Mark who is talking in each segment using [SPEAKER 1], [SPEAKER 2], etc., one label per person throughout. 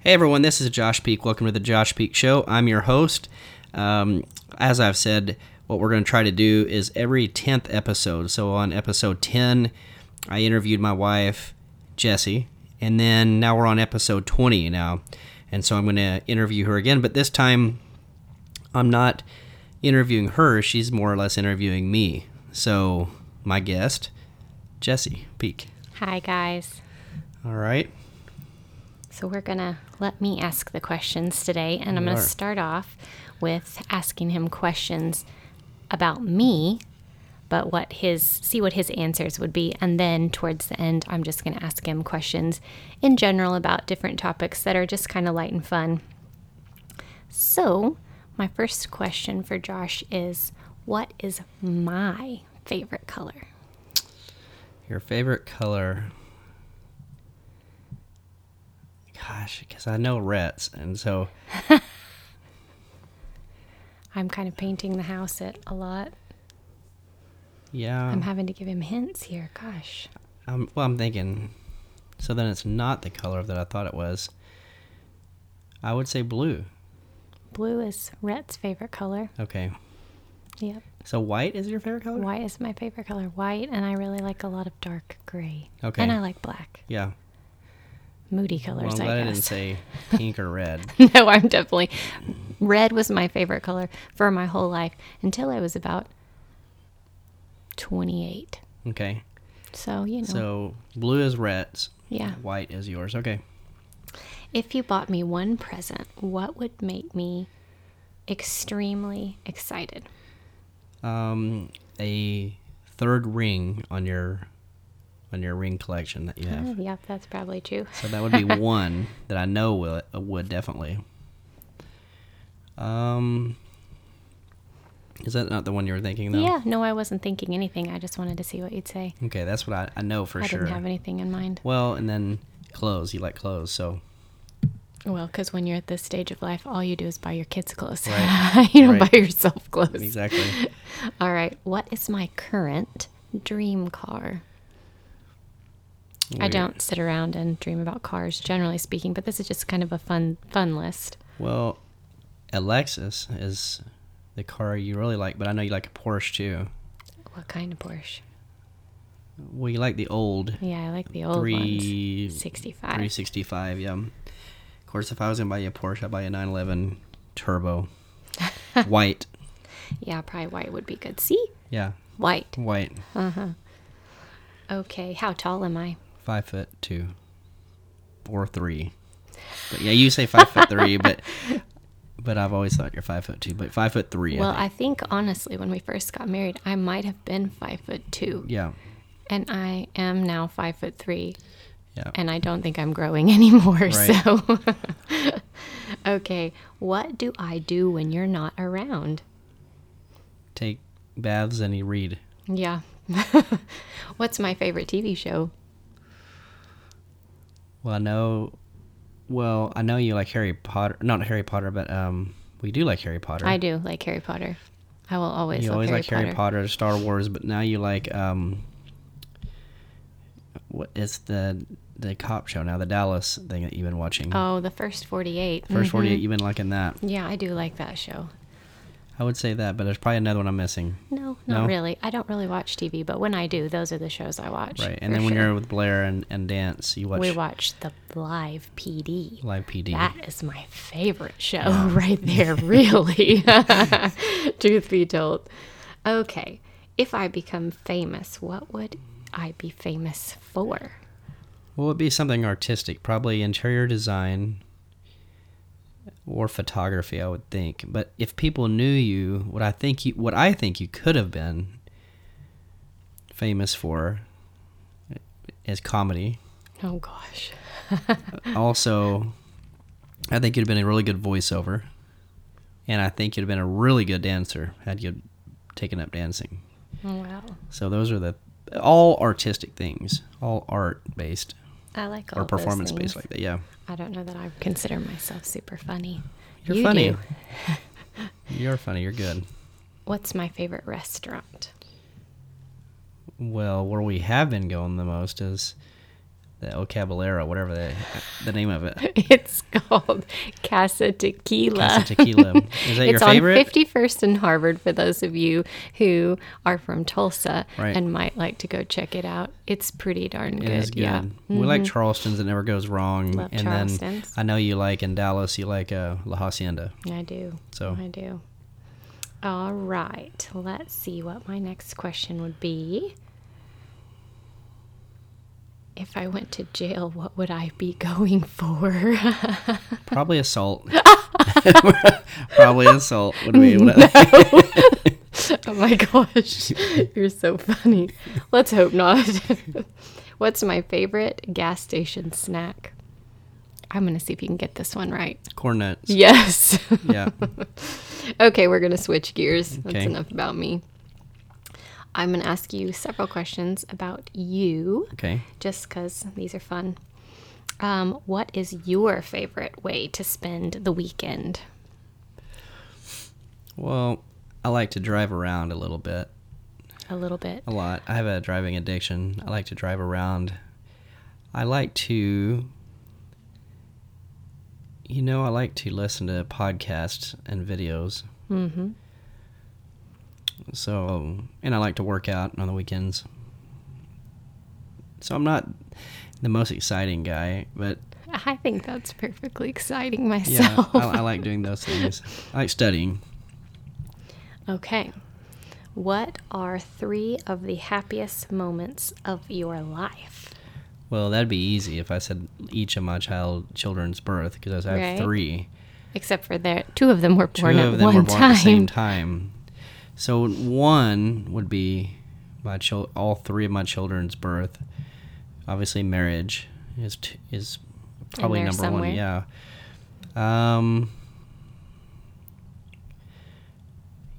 [SPEAKER 1] Hey everyone, this is Josh Peak. Welcome to the Josh Peak Show. I'm your host. Um, as I've said, what we're going to try to do is every 10th episode. So on episode 10, I interviewed my wife, Jessie, and then now we're on episode 20 now. And so I'm going to interview her again, but this time I'm not interviewing her. She's more or less interviewing me. So my guest, Jessie Peak.
[SPEAKER 2] Hi, guys.
[SPEAKER 1] All right.
[SPEAKER 2] So, we're going to let me ask the questions today, and I'm
[SPEAKER 1] You
[SPEAKER 2] going to
[SPEAKER 1] are.
[SPEAKER 2] start off with asking him questions about me, but what his, see what his answers would be. And then towards the end, I'm just going to ask him questions in general about different topics that are just kind of light and fun. So, my first question for Josh is what is my favorite color?
[SPEAKER 1] Your favorite color? Gosh, because I know reds, and so
[SPEAKER 2] I'm kind of painting the house it a lot.
[SPEAKER 1] yeah.
[SPEAKER 2] I'm having to give him hints here. Gosh.
[SPEAKER 1] I'm, well, I'm thinking. So then it's not the color that I thought it was. I would say blue.
[SPEAKER 2] Blue is Rhett's favorite color.
[SPEAKER 1] Okay.
[SPEAKER 2] Yep.
[SPEAKER 1] So white is your favorite color?
[SPEAKER 2] White is my favorite color. White, and I really like a lot of dark gray.
[SPEAKER 1] Okay.
[SPEAKER 2] And I like black.
[SPEAKER 1] Yeah.
[SPEAKER 2] Moody
[SPEAKER 1] Well,
[SPEAKER 2] colors,
[SPEAKER 1] I'm glad
[SPEAKER 2] I
[SPEAKER 1] I, didn't
[SPEAKER 2] guess.
[SPEAKER 1] say pink or red.
[SPEAKER 2] no, I'm definitely. Red was my favorite color for my whole life until I was about 28.
[SPEAKER 1] Okay.
[SPEAKER 2] So, you know,
[SPEAKER 1] So blue is reds.
[SPEAKER 2] Oh. Yeah.
[SPEAKER 1] White is yours. Okay.
[SPEAKER 2] if you bought me one present, what would make me extremely excited?
[SPEAKER 1] Um, a third ring on your on your ring collection that you have.
[SPEAKER 2] Oh, yep, that's probably true.
[SPEAKER 1] So that would be one that I know will uh, would definitely. Um, is that not the one you were thinking though?
[SPEAKER 2] Yeah, no, I wasn't thinking anything. I just wanted to see what you'd say.
[SPEAKER 1] Okay, that's what I, I know for
[SPEAKER 2] I
[SPEAKER 1] sure.
[SPEAKER 2] didn't have anything in mind.
[SPEAKER 1] Well, and then clothes. You like clothes, so
[SPEAKER 2] Well, because when you're at this stage of life, all you do is buy your kids clothes.
[SPEAKER 1] Right.
[SPEAKER 2] you don't
[SPEAKER 1] Right.
[SPEAKER 2] buy yourself clothes.
[SPEAKER 1] exactly.
[SPEAKER 2] All right. What is my current dream car? I
[SPEAKER 1] We-
[SPEAKER 2] don't sit around and dream about cars, generally speaking, but this is just kind of a fun fun list.
[SPEAKER 1] Well, Alexis is the car you really like, but I know you like a Porsche too.
[SPEAKER 2] What kind of Porsche?
[SPEAKER 1] Well, you like the old
[SPEAKER 2] Yeah, I like the old ones.
[SPEAKER 1] three
[SPEAKER 2] 65.
[SPEAKER 1] three sixty five. Yeah. Of course, if I was gonna buy you a Porsche, I'd buy you a nine eleven turbo, white.
[SPEAKER 2] Yeah, probably white would be good. See?
[SPEAKER 1] Yeah,
[SPEAKER 2] White.
[SPEAKER 1] white.
[SPEAKER 2] Okay. How tall am I?
[SPEAKER 1] five foot two or three. But yeah, you say five foot three, but but I've always thought you're five foot two, but five foot three.
[SPEAKER 2] Well,
[SPEAKER 1] I think.
[SPEAKER 2] I think honestly, when we first got married, I might have been five foot two,
[SPEAKER 1] yeah,
[SPEAKER 2] and I am now five foot three.
[SPEAKER 1] yeah.
[SPEAKER 2] and I don't think I'm growing anymore.
[SPEAKER 1] Right.
[SPEAKER 2] So, okay, what do I do when you're not around?
[SPEAKER 1] Take baths and you read.
[SPEAKER 2] Yeah. What's my favorite TV show?
[SPEAKER 1] Well, I know. Well, I know you like Harry Potter. Not Harry Potter, but um, we do like Harry Potter.
[SPEAKER 2] I do like Harry Potter. I will always
[SPEAKER 1] you
[SPEAKER 2] love
[SPEAKER 1] always
[SPEAKER 2] Harry
[SPEAKER 1] like
[SPEAKER 2] Potter.
[SPEAKER 1] Harry Potter, Star Wars, but now you like um. What is the the cop show now? The Dallas thing that you've been watching.
[SPEAKER 2] Oh, mm-hmm. the first 48.
[SPEAKER 1] 1st forty eight, you've been liking that.
[SPEAKER 2] Yeah, I do like that show.
[SPEAKER 1] I would say that, but there's probably another one I'm missing.
[SPEAKER 2] No, not
[SPEAKER 1] No?
[SPEAKER 2] really. I don't really watch TV, but when I do, those are the shows I watch.
[SPEAKER 1] Right. And
[SPEAKER 2] for
[SPEAKER 1] then when
[SPEAKER 2] sure.
[SPEAKER 1] you're with Blair and, and Dance, you watch,
[SPEAKER 2] we watch the live PD.
[SPEAKER 1] Live PD.
[SPEAKER 2] That is my favorite show right there, really. Truth be told. Okay, if I become famous, what would I be famous for?
[SPEAKER 1] Well, it'd be something artistic, probably interior design or photography, I would think. But if people knew you, what I think you what I think you could have been famous for is comedy.
[SPEAKER 2] Oh gosh.
[SPEAKER 1] Also, I think you'd have been a really good voiceover. And I think you'd have been a really good dancer had you taken up dancing.
[SPEAKER 2] Wow.
[SPEAKER 1] So those are the all artistic things, all art based
[SPEAKER 2] I like all
[SPEAKER 1] or
[SPEAKER 2] those
[SPEAKER 1] performance based
[SPEAKER 2] things.
[SPEAKER 1] like that. Yeah,
[SPEAKER 2] I don't know that I consider myself super funny.
[SPEAKER 1] you're
[SPEAKER 2] You
[SPEAKER 1] funny.
[SPEAKER 2] do.
[SPEAKER 1] you're funny. You're good.
[SPEAKER 2] What's my favorite restaurant?
[SPEAKER 1] Well, where we have been going the most is the El Caballero, whatever the, the name of it.
[SPEAKER 2] It's called Casa Tequila.
[SPEAKER 1] Casa Tequila. Is that your
[SPEAKER 2] it's
[SPEAKER 1] favorite?
[SPEAKER 2] on 51st and Harvard for those of you who are from Tulsa
[SPEAKER 1] Right.
[SPEAKER 2] and might like to go check it out. It's pretty darn good.
[SPEAKER 1] It is good.
[SPEAKER 2] Yeah. Mm-hmm.
[SPEAKER 1] We like Charleston's; it never goes wrong.
[SPEAKER 2] Love
[SPEAKER 1] and then
[SPEAKER 2] Charleston's.
[SPEAKER 1] I know you like in Dallas, you like uh, La Hacienda.
[SPEAKER 2] I do.
[SPEAKER 1] So-
[SPEAKER 2] I do. All right. Let's see what my next question would be. If I went to jail, what would I be going for?
[SPEAKER 1] Probably assault. Probably assault would be what I-
[SPEAKER 2] Oh my gosh, you're so funny. Let's hope not. What's my favorite gas station snack? I'm going to see if you can get this one right.
[SPEAKER 1] corn nuts.
[SPEAKER 2] Yes.
[SPEAKER 1] Yeah.
[SPEAKER 2] okay, we're going to switch gears.
[SPEAKER 1] Okay.
[SPEAKER 2] That's enough about me. I'm going to ask you several questions about you
[SPEAKER 1] Okay.
[SPEAKER 2] just because these are fun. Um, what is your favorite way to spend the weekend?
[SPEAKER 1] Well, I like to drive around a little bit,
[SPEAKER 2] A little bit.
[SPEAKER 1] a lot. I have a driving addiction. I like to drive around. I like to, you know, I like to listen to podcasts and videos.
[SPEAKER 2] Mm-hmm.
[SPEAKER 1] So, and I like to work out on the weekends. So I'm not the most exciting guy, but
[SPEAKER 2] I think that's perfectly exciting
[SPEAKER 1] yeah,
[SPEAKER 2] myself.
[SPEAKER 1] I, I like doing those things. I like studying.
[SPEAKER 2] Okay. What are three of the happiest moments of your life?
[SPEAKER 1] Well, that'd be easy if I said each of my child children's birth because I have
[SPEAKER 2] Right.
[SPEAKER 1] three.
[SPEAKER 2] Except for there, two of them were
[SPEAKER 1] Two
[SPEAKER 2] born
[SPEAKER 1] of
[SPEAKER 2] at
[SPEAKER 1] them
[SPEAKER 2] one
[SPEAKER 1] were born
[SPEAKER 2] time.
[SPEAKER 1] at the same time. So one would be my chil- all three of my children's birth. Obviously, marriage is t- is probably
[SPEAKER 2] there
[SPEAKER 1] number one.
[SPEAKER 2] somewhere.
[SPEAKER 1] Yeah. Um.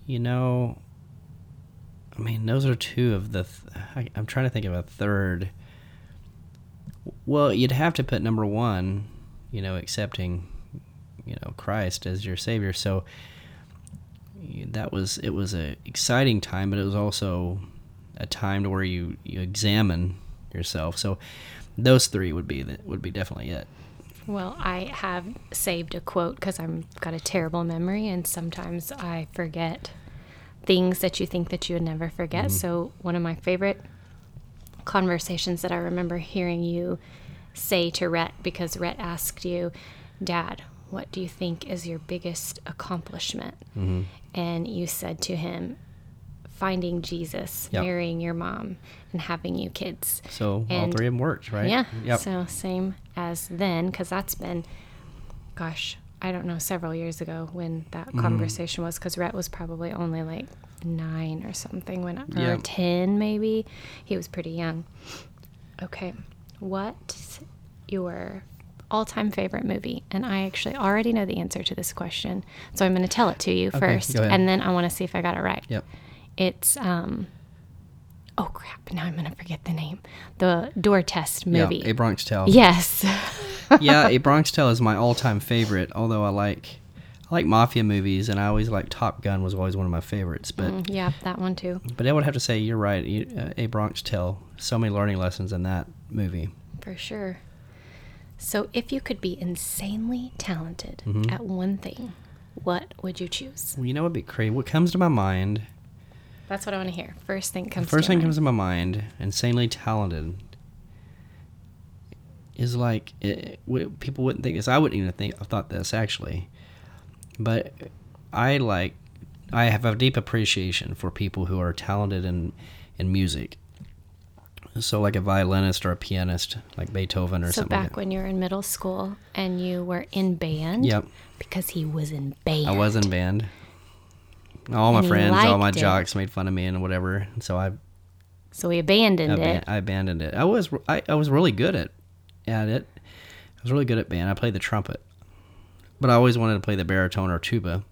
[SPEAKER 1] You know, I mean, those are two of the. Th- I, I'm trying to think of a third. Well, you'd have to put number one, you know, accepting, you know, Christ as your savior. So you- that was it was a exciting time, but it was also a time to where you you examine yourself. So those three would be the, would be definitely it.
[SPEAKER 2] Well, I have saved a quote because I'm got a terrible memory, and sometimes I forget things that you think that you would never forget. So one of my favorite conversations that I remember hearing you say to Rhett because Rhett asked you, "Dad, what do you think is your biggest accomplishment?" And you said to him, "Finding Jesus,
[SPEAKER 1] Yep.
[SPEAKER 2] marrying your mom, and having you kids."
[SPEAKER 1] So all
[SPEAKER 2] And-
[SPEAKER 1] three of them worked, right?
[SPEAKER 2] Yeah.
[SPEAKER 1] Yep.
[SPEAKER 2] So same as then, because that's been, gosh, I don't know, several years ago when that
[SPEAKER 1] Mm-hmm.
[SPEAKER 2] conversation was, because Rhett was probably only like nine or something when, or
[SPEAKER 1] Yeah.
[SPEAKER 2] ten maybe. He was pretty young. Okay, what's your all-time favorite movie? And I actually already know the answer to this question, so I'm going to tell it to you first,
[SPEAKER 1] go ahead.
[SPEAKER 2] and then I want to see if I got it right.
[SPEAKER 1] Yep.
[SPEAKER 2] It's um oh crap, now I'm gonna forget the name. The door test movie.
[SPEAKER 1] Yeah. A Bronx Tale.
[SPEAKER 2] yes.
[SPEAKER 1] yeah, A Bronx Tale is my all-time favorite. Although I like, I like mafia movies, and I always like Top Gun was always one of my favorites. But
[SPEAKER 2] yeah, that one too.
[SPEAKER 1] but I would have to say you're right. You, uh, A Bronx Tale, so many learning lessons in that movie.
[SPEAKER 2] For sure. So if you could be insanely talented
[SPEAKER 1] Mm-hmm.
[SPEAKER 2] at one thing, what would you choose?
[SPEAKER 1] Well, you know what'd be crazy? What comes to my mind?
[SPEAKER 2] That's what I want to hear. First thing comes
[SPEAKER 1] First
[SPEAKER 2] to
[SPEAKER 1] thing
[SPEAKER 2] your
[SPEAKER 1] comes
[SPEAKER 2] mind.
[SPEAKER 1] to my mind, insanely talented, is like it, w people wouldn't think this. I wouldn't even think I thought this actually, but I like I have a deep appreciation for people who are talented in in music. So like a violinist or a pianist, like Beethoven or
[SPEAKER 2] so
[SPEAKER 1] something. like
[SPEAKER 2] back when you were in middle school and you were in band.
[SPEAKER 1] Yep.
[SPEAKER 2] Because he was in band.
[SPEAKER 1] that. I was in band. All my
[SPEAKER 2] And you
[SPEAKER 1] friends, all my
[SPEAKER 2] liked it.
[SPEAKER 1] jocks made fun of me and whatever. And so I
[SPEAKER 2] So we abandoned
[SPEAKER 1] I,
[SPEAKER 2] it.
[SPEAKER 1] aban- I abandoned it. I was I, I was really good at at it. I was really good at band. I played the trumpet, but I always wanted to play the baritone or tuba.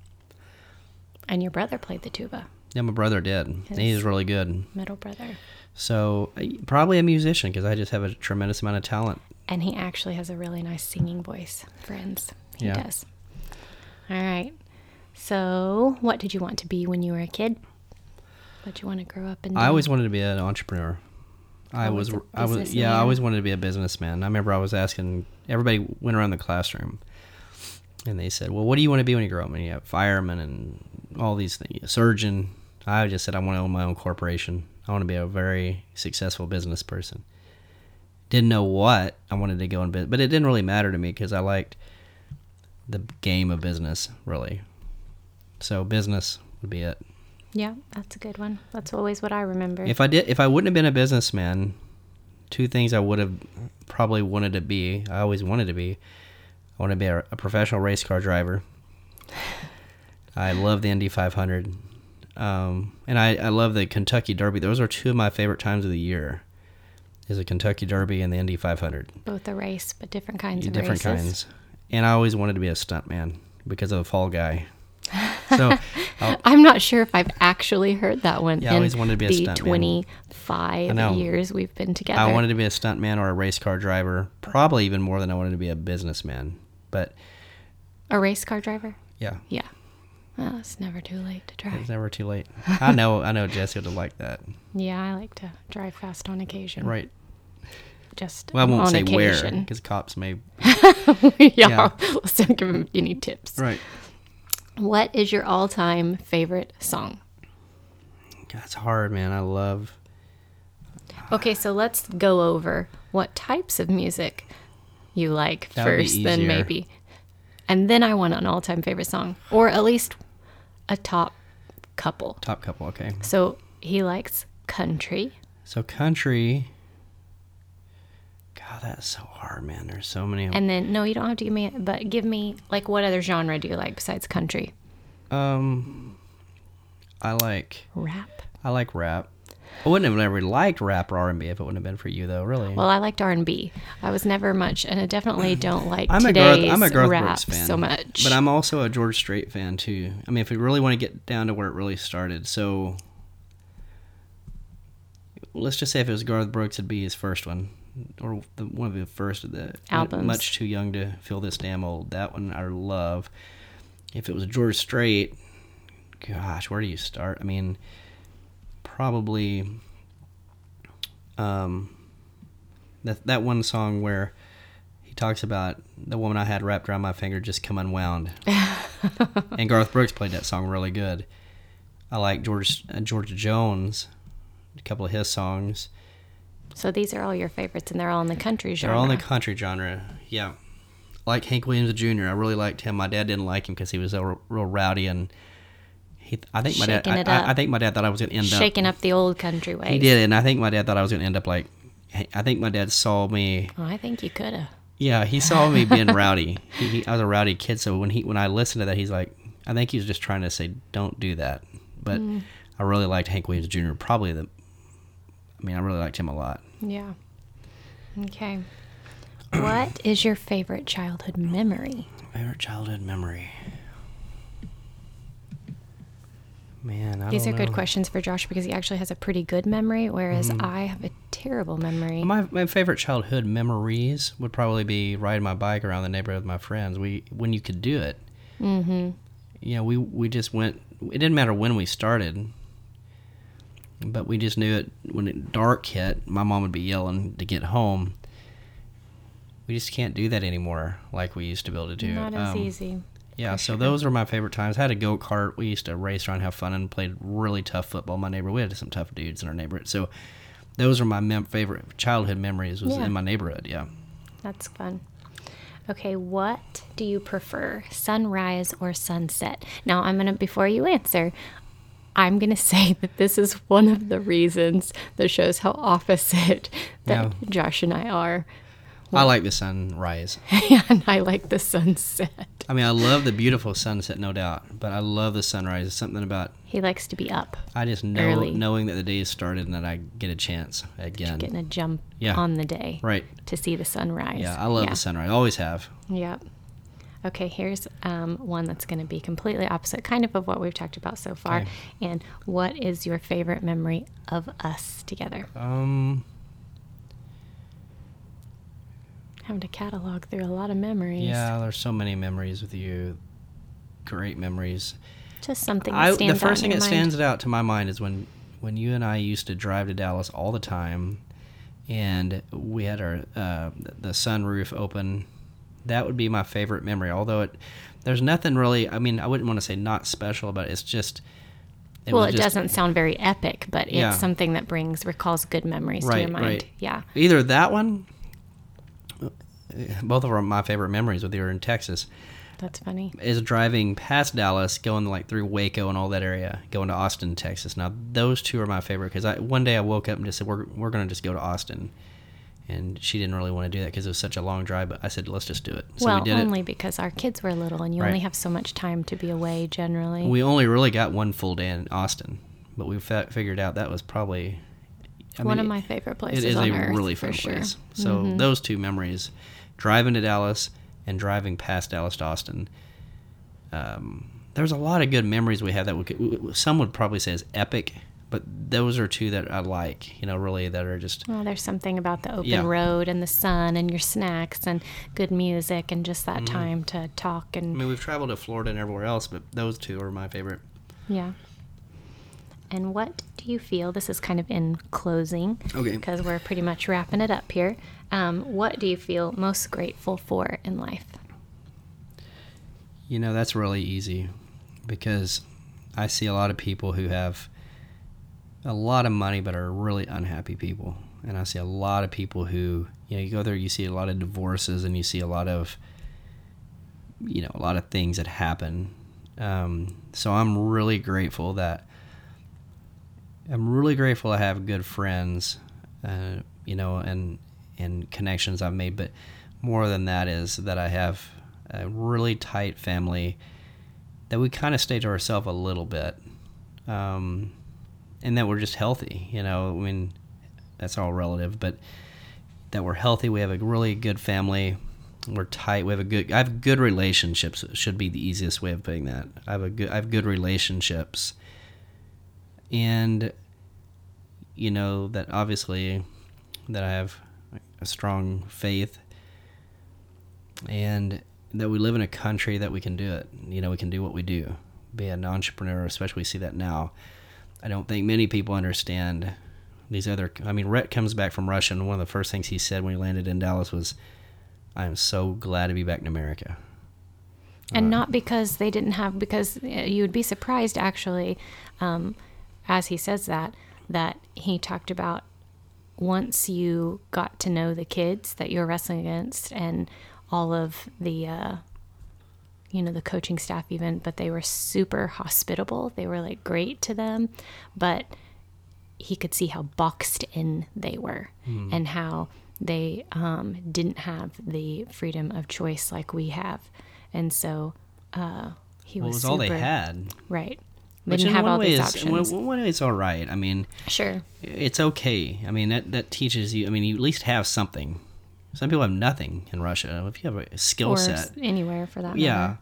[SPEAKER 2] And your brother played the tuba,
[SPEAKER 1] Yeah, my brother did. And He
[SPEAKER 2] Yes.
[SPEAKER 1] was really good.
[SPEAKER 2] middle brother.
[SPEAKER 1] So I- probably a musician because I just have a tremendous amount of talent.
[SPEAKER 2] And he actually has a really nice singing voice, friends. He
[SPEAKER 1] Yeah.
[SPEAKER 2] does. All right. So, what did you want to be when you were a kid? What did you want to grow up and do?
[SPEAKER 1] I always wanted to be an entrepreneur. I
[SPEAKER 2] Oh,
[SPEAKER 1] was,
[SPEAKER 2] it's a
[SPEAKER 1] I was, yeah, I
[SPEAKER 2] businessman.
[SPEAKER 1] always wanted to be a businessman. I remember I was asking everybody went around the classroom, and they said, "Well, what do you want to be when you grow up?" And you have fireman and all these things, surgeon. I just said I want to own my own corporation. I want to be a very successful business person. Didn't know what I wanted to go in business, but it didn't really matter to me because I liked the game of business really. So business would be it.
[SPEAKER 2] Yeah, that's a good one. That's always what I remember.
[SPEAKER 1] If I did, if I wouldn't have been a businessman, two things I would have probably wanted to be. I always wanted to be. I want to be a, a professional race car driver. I love the Indy 500, um, and I, I love the Kentucky Derby. Those are two of my favorite times of the year. Is the Kentucky Derby and the Indy 500,
[SPEAKER 2] Both a race, but different kinds of
[SPEAKER 1] different
[SPEAKER 2] races.
[SPEAKER 1] kinds. And I always wanted to be a stuntman because of the Fall Guy. So I'll,
[SPEAKER 2] I'm not sure if I've actually heard that one
[SPEAKER 1] Yeah, I
[SPEAKER 2] in
[SPEAKER 1] always wanted to be a
[SPEAKER 2] the
[SPEAKER 1] stuntman.
[SPEAKER 2] 25
[SPEAKER 1] know.
[SPEAKER 2] years we've been together.
[SPEAKER 1] I wanted to be a stuntman or a race car driver, probably even more than I wanted to be a businessman. But
[SPEAKER 2] a race car driver.
[SPEAKER 1] yeah,
[SPEAKER 2] Yeah. Well, it's never too late to try.
[SPEAKER 1] it's never too late. I know, I know Jesse would have liked that,
[SPEAKER 2] Yeah, I like to drive fast on occasion.
[SPEAKER 1] right?
[SPEAKER 2] Just
[SPEAKER 1] Well, I won't
[SPEAKER 2] on
[SPEAKER 1] say where
[SPEAKER 2] occasion.
[SPEAKER 1] because cops may.
[SPEAKER 2] yeah. Let's don't give him any tips.
[SPEAKER 1] Right.
[SPEAKER 2] What is your all-time favorite song?
[SPEAKER 1] That's hard, man. I love.
[SPEAKER 2] Okay, so let's go over what types of music you like
[SPEAKER 1] That would be
[SPEAKER 2] first, then
[SPEAKER 1] easier.
[SPEAKER 2] maybe. And then I want an all time favorite song, or at least a top couple.
[SPEAKER 1] Top couple, okay.
[SPEAKER 2] So he likes country.
[SPEAKER 1] So country. God, that's so hard, man. There's so many.
[SPEAKER 2] And then, no, you don't have to give me, but give me, like, what other genre do you like besides country?
[SPEAKER 1] Um, I like
[SPEAKER 2] Rap.
[SPEAKER 1] I like rap. I wouldn't have never liked rap or R and B if it wouldn't have been for you, though. Really.
[SPEAKER 2] Well, I liked R and B. I was never much, and I definitely don't like
[SPEAKER 1] I'm a
[SPEAKER 2] today's
[SPEAKER 1] Garth, I'm a Garth
[SPEAKER 2] rap
[SPEAKER 1] Brooks fan,
[SPEAKER 2] so much.
[SPEAKER 1] but I'm also a George Strait fan too. I mean, if we really want to get down to where it really started, so let's just say if it was Garth Brooks, it'd be his first one, or the, one of the first of the
[SPEAKER 2] Albums.
[SPEAKER 1] Much too young to feel this damn old. That one I love. If it was George Strait, gosh, where do you start? I mean, probably um, that that one song where he talks about the woman I had wrapped around my finger just come unwound, and Garth Brooks played that song really good. I like George uh, George Jones, a couple of his songs.
[SPEAKER 2] so these are all your favorites, and they're all in the country genre.
[SPEAKER 1] They're all in the country genre. Yeah. Like Hank Williams Jr., I really liked him. My dad didn't like him because he was a r- real rowdy and he. I think my dad.
[SPEAKER 2] Shaking
[SPEAKER 1] I,
[SPEAKER 2] it
[SPEAKER 1] I-
[SPEAKER 2] up.
[SPEAKER 1] I think my dad thought I was going to end up.
[SPEAKER 2] shaking up the old country ways.
[SPEAKER 1] He did, and I think my dad thought I was going to end up like. I think my dad saw me.
[SPEAKER 2] Oh, I think you could have.
[SPEAKER 1] Yeah, he saw me being rowdy. He, he, I was a rowdy kid, so when he when I listened to that, he's like, I think he was just trying to say, don't do that. But
[SPEAKER 2] Mm.
[SPEAKER 1] I really liked Hank Williams Jr. Probably the. I mean, I really liked him a lot.
[SPEAKER 2] Yeah. Okay. what is your favorite childhood memory?
[SPEAKER 1] Favorite childhood memory. Man, I
[SPEAKER 2] These
[SPEAKER 1] don't
[SPEAKER 2] are good
[SPEAKER 1] know. Mm-hmm.
[SPEAKER 2] questions for Josh because he actually has a pretty good memory, whereas I have a terrible memory.
[SPEAKER 1] My, my favorite childhood memories would probably be riding my bike around the neighborhood with my friends. We when you could do it. Mm-hmm. You know, we we just went. It didn't matter when we started, but we just knew it when it dark hit. My mom would be yelling to get home. We just can't do that anymore, like we used to be able to do.
[SPEAKER 2] Not as
[SPEAKER 1] Um,
[SPEAKER 2] easy.
[SPEAKER 1] Yeah, so those are my favorite times. I had a go kart. We used to race around, have fun, and played really tough football. in My neighborhood, we had some tough dudes in our neighborhood. So those are my mem- favorite childhood memories. Was
[SPEAKER 2] Yeah.
[SPEAKER 1] in my neighborhood. Yeah,
[SPEAKER 2] That's fun. Okay, what do you prefer, sunrise or sunset? Now, I'm going to, before you answer, I'm going to say that this is one of the reasons that shows how opposite that
[SPEAKER 1] Yeah.
[SPEAKER 2] Josh and I are.
[SPEAKER 1] I like the sunrise.
[SPEAKER 2] and I like the sunset.
[SPEAKER 1] I mean, I love the beautiful sunset, no doubt, but I love the sunrise. It's something about
[SPEAKER 2] He likes to be up,
[SPEAKER 1] I just know
[SPEAKER 2] Early.
[SPEAKER 1] knowing that the day has started and that I get a chance again.
[SPEAKER 2] getting a jump
[SPEAKER 1] Yeah.
[SPEAKER 2] on the day
[SPEAKER 1] Right.
[SPEAKER 2] to see the sunrise.
[SPEAKER 1] Yeah, I love the sunrise. Always have.
[SPEAKER 2] Yep. Okay, here's um, one that's going to be completely opposite, kind of of what we've talked about so far.
[SPEAKER 1] Okay.
[SPEAKER 2] And what is your favorite memory of us together?
[SPEAKER 1] Um,
[SPEAKER 2] Having to catalog through a lot of memories.
[SPEAKER 1] yeah, there's so many memories with you. Great memories.
[SPEAKER 2] Just something
[SPEAKER 1] I,
[SPEAKER 2] that
[SPEAKER 1] the
[SPEAKER 2] stands
[SPEAKER 1] first
[SPEAKER 2] out in
[SPEAKER 1] thing
[SPEAKER 2] your
[SPEAKER 1] that
[SPEAKER 2] mind.
[SPEAKER 1] stands out to my mind is when when you and I used to drive to Dallas all the time, and we had our uh, the sunroof open. That would be my favorite memory. Although it, there's nothing really. I mean, I wouldn't want to say not special, but it's just.
[SPEAKER 2] well,
[SPEAKER 1] was
[SPEAKER 2] it
[SPEAKER 1] just-
[SPEAKER 2] doesn't sound very epic, but it's
[SPEAKER 1] Yeah.
[SPEAKER 2] something that brings recalls good memories to your
[SPEAKER 1] Right,
[SPEAKER 2] mind.
[SPEAKER 1] right.
[SPEAKER 2] Yeah.
[SPEAKER 1] Either that one. uh, Both of our, my favorite memories with you were in Texas
[SPEAKER 2] That's funny.
[SPEAKER 1] is driving past Dallas, going like through Waco and all that area, going to Austin, Texas. Now those two are my favorite because I one day I woke up and just said we're we're gonna just go to Austin, and she didn't really want to do that because it was such a long drive. But I said let's just do it. So
[SPEAKER 2] well,
[SPEAKER 1] we did
[SPEAKER 2] only because our kids were little and you
[SPEAKER 1] Right.
[SPEAKER 2] only have so much time to be away generally.
[SPEAKER 1] it. We only really got one full day in Austin, but we fa- figured out that was probably I
[SPEAKER 2] One
[SPEAKER 1] mean,
[SPEAKER 2] of my favorite places
[SPEAKER 1] It is
[SPEAKER 2] on
[SPEAKER 1] a
[SPEAKER 2] earth,
[SPEAKER 1] really
[SPEAKER 2] for
[SPEAKER 1] fun
[SPEAKER 2] sure. Mm-hmm.
[SPEAKER 1] place. So those two memories, driving to Dallas and driving past Dallas to Austin. Um, there's a lot of good memories we had that we could, w- w- some would probably say is epic, but those are two that I like. You know, really that are just
[SPEAKER 2] Well, there's something about the open
[SPEAKER 1] Yeah.
[SPEAKER 2] road and the sun and your snacks and good music and just that time to talk and
[SPEAKER 1] I mean, we've traveled to Florida and everywhere else, but those two are my favorite.
[SPEAKER 2] yeah. And what do you feel? This is kind of in closing
[SPEAKER 1] Okay.
[SPEAKER 2] because we're pretty much wrapping it up here. Um, what do you feel most grateful for in life?
[SPEAKER 1] You know, that's really easy because I see a lot of people who have a lot of money but are really unhappy people. And I see a lot of people who, you know, you go there, you see a lot of divorces and you see a lot of, you know, a lot of things that happen. Um, so I'm really grateful that I'm really grateful I have good friends, uh, you know, and and connections I've made. But more than that is that I have a really tight family that we kind of stay to ourselves a little bit, um, and that we're just healthy. You know, I mean, that's all relative, but that we're healthy. We have a really good family. We're tight. We have a good. I have good relationships. Should be the easiest way of putting that. I have a good. I have good relationships, and you know that obviously that I have a strong faith and that we live in a country that we can do it. You know, we can do what we do. Be an entrepreneur, especially we see that now. I don't think many people understand these other. I mean, Rhett comes back from Russia, and one of the first things he said when he landed in Dallas was, "I am so glad to be back in America."
[SPEAKER 2] and not because they didn't have because uh, you would be surprised actually um, as he says that that he talked about once you got to know the kids that you're wrestling against and all of the uh, you know the coaching staff even but they were super hospitable they were like great to them but he could see how boxed in they were
[SPEAKER 1] Hmm.
[SPEAKER 2] and how they um, didn't have the freedom of choice like we have. And so uh, he
[SPEAKER 1] Well, it
[SPEAKER 2] was
[SPEAKER 1] was
[SPEAKER 2] super,
[SPEAKER 1] all they had.
[SPEAKER 2] Right. They
[SPEAKER 1] Which
[SPEAKER 2] didn't
[SPEAKER 1] in
[SPEAKER 2] have
[SPEAKER 1] one
[SPEAKER 2] all
[SPEAKER 1] way
[SPEAKER 2] these
[SPEAKER 1] is
[SPEAKER 2] options.
[SPEAKER 1] one, one way it's all right. I mean,
[SPEAKER 2] sure.
[SPEAKER 1] it's okay. I mean, that, that teaches you. I mean, you at least have something. Some people have nothing in Russia. If you have a skill
[SPEAKER 2] Or
[SPEAKER 1] set,
[SPEAKER 2] s- anywhere for that
[SPEAKER 1] Yeah.
[SPEAKER 2] matter.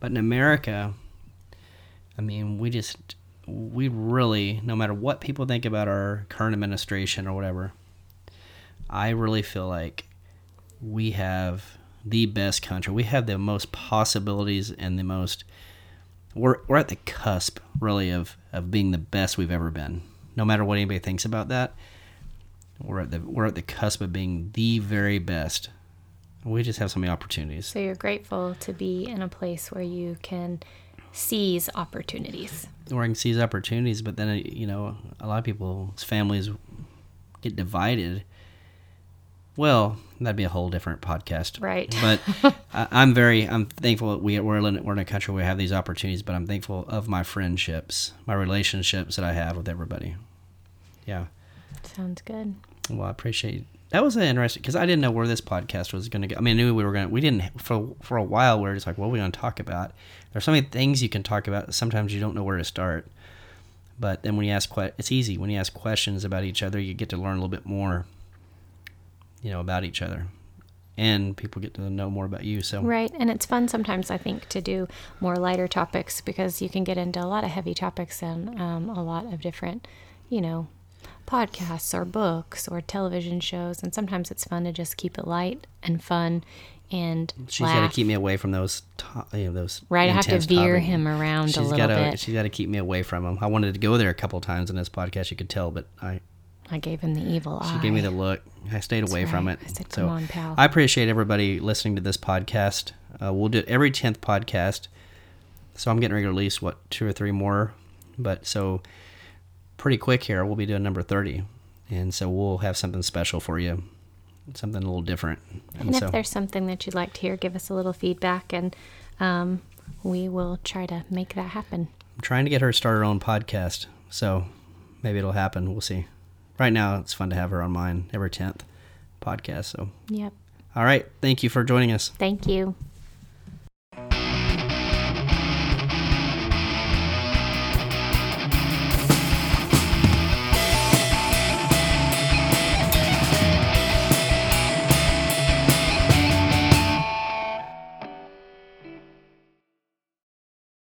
[SPEAKER 1] But in America, I mean, we just, we really, no matter what people think about our current administration or whatever, I really feel like we have the best country. We have the most possibilities and the most, we're, we're at the cusp, really, of, of being the best we've ever been. No matter what anybody thinks about that, we're at the we're at the cusp of being the very best. We just have so many opportunities.
[SPEAKER 2] So you're grateful to be in a place where you can seize opportunities.
[SPEAKER 1] where I can seize opportunities. But then, uh, you know, a lot of people's families get divided. Well, that'd be a whole different podcast,
[SPEAKER 2] Right.
[SPEAKER 1] But I, I'm very, I'm thankful that we we're in, we're in a country where we have these opportunities. But I'm thankful of my friendships, my relationships that I have with everybody. Yeah.
[SPEAKER 2] Sounds good.
[SPEAKER 1] Well, I appreciate that was interesting because I didn't know where this podcast was going to go. I mean, I knew we were going. to We didn't for for a while. We were just like, what are we going to talk about? There's so many things you can talk about. Sometimes you don't know where to start. But then when you ask, que- it's easy when you ask questions about each other. You get to learn a little bit more, you know, about each other, and people get to know more about you. So
[SPEAKER 2] Right. And it's fun sometimes, I think, to do more lighter topics because you can get into a lot of heavy topics and um, a lot of different, you know, podcasts or books or television shows. And sometimes it's fun to just keep it light and fun and
[SPEAKER 1] she's got
[SPEAKER 2] laugh.
[SPEAKER 1] to keep me away from those, to- you know, those
[SPEAKER 2] right. I have to
[SPEAKER 1] intense
[SPEAKER 2] veer
[SPEAKER 1] topics.
[SPEAKER 2] him around a
[SPEAKER 1] She's
[SPEAKER 2] little
[SPEAKER 1] gotta,
[SPEAKER 2] bit.
[SPEAKER 1] She's got to keep me away from him. I wanted to go there a couple times in this podcast. You could tell, but I
[SPEAKER 2] I gave him the evil eye.
[SPEAKER 1] She gave me the look. I stayed away from
[SPEAKER 2] right.
[SPEAKER 1] it.
[SPEAKER 2] I said,
[SPEAKER 1] so
[SPEAKER 2] "Come on, pal."
[SPEAKER 1] I appreciate everybody listening to this podcast. Uh, we'll do it every 10th podcast. So I'm getting ready to release, what, two or three more? But so pretty quick here, we'll be doing number 30. And so we'll have something special for you, something a little different.
[SPEAKER 2] And
[SPEAKER 1] so,
[SPEAKER 2] if there's something that you'd like to hear, give us a little feedback, and um, we will try to make that happen.
[SPEAKER 1] I'm trying to get her to start her own podcast. So maybe it'll happen. We'll see. Right now, it's fun to have her on mine every 10th podcast. So,
[SPEAKER 2] Yep.
[SPEAKER 1] all right. Thank you for joining us.
[SPEAKER 2] Thank you.